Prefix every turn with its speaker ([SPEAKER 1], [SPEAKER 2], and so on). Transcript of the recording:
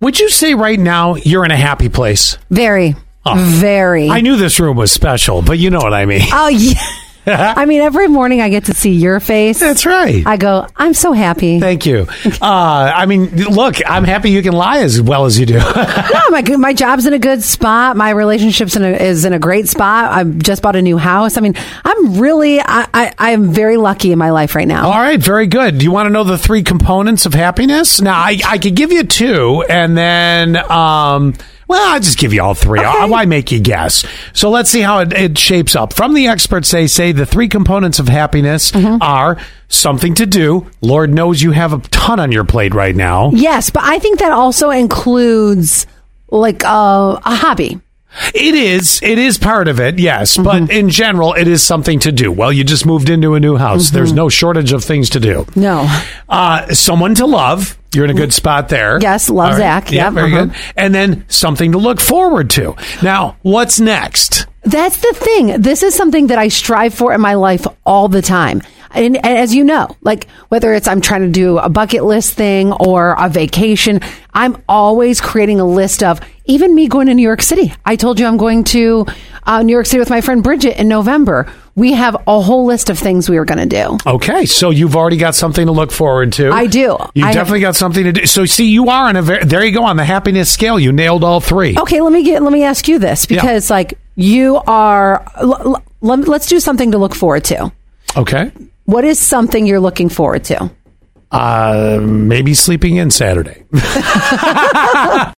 [SPEAKER 1] Would you say right now you're in a happy place?
[SPEAKER 2] Very, very.
[SPEAKER 1] I knew this room was special, but you know what I mean.
[SPEAKER 2] oh yeah. I mean, every morning I get to see your face.
[SPEAKER 1] That's right.
[SPEAKER 2] I go, I'm so happy.
[SPEAKER 1] Thank you. Uh, I mean, look, I'm happy you can lie as well as you do.
[SPEAKER 2] no, Oh, my good- my job's in a good spot. My relationships in a, is in a great spot. I just bought a new house. I mean, I'm really, I, I, I'm very lucky in my life right now.
[SPEAKER 1] All right, very good. Do you want to know the three components of happiness? Now, I, I could give you two, and then, um, well, I'll just give you all three. I, why make you guess? So let's see how it, it shapes up. From the experts, they say the three components of happiness are something to do. Lord knows you have a ton on your plate right now.
[SPEAKER 2] Yes, but I think that also includes like uh, a hobby.
[SPEAKER 1] It is. It is part of it, yes.
[SPEAKER 2] Mm-hmm.
[SPEAKER 1] But in general, it is something to do. Well, you just moved into a new house. There's no shortage of things to do.
[SPEAKER 2] Mm-hmm. No. Mm.
[SPEAKER 1] Uh, someone to love. You're in a good spot there.
[SPEAKER 2] Yes, love
[SPEAKER 1] All
[SPEAKER 2] Zach.
[SPEAKER 1] Yeah,
[SPEAKER 2] Yep,
[SPEAKER 1] very
[SPEAKER 2] uh-huh.
[SPEAKER 1] good. And then something to look forward to. Now, what's next?
[SPEAKER 2] That's the thing. This is something that I strive for in my life all the time. And, and as you know, like whether it's I'm trying to do a bucket list thing or a vacation, I'm always creating a list of even me going to New York City. I told you I'm going to uh, New York City with my friend Bridget in November. We have a whole list of things we were going to do.
[SPEAKER 1] Okay, so you've already got something to look forward to.
[SPEAKER 2] I do.
[SPEAKER 1] You
[SPEAKER 2] I have-
[SPEAKER 1] definitely got something to do. So, see, you are on a very, there you go on the happiness scale. You nailed all three.
[SPEAKER 2] Okay, let me get let me ask you this because like you are l- l- let's do something to look forward to.
[SPEAKER 1] Okay.
[SPEAKER 2] What is something you're looking forward to?
[SPEAKER 1] Uh, maybe sleeping in Saturday.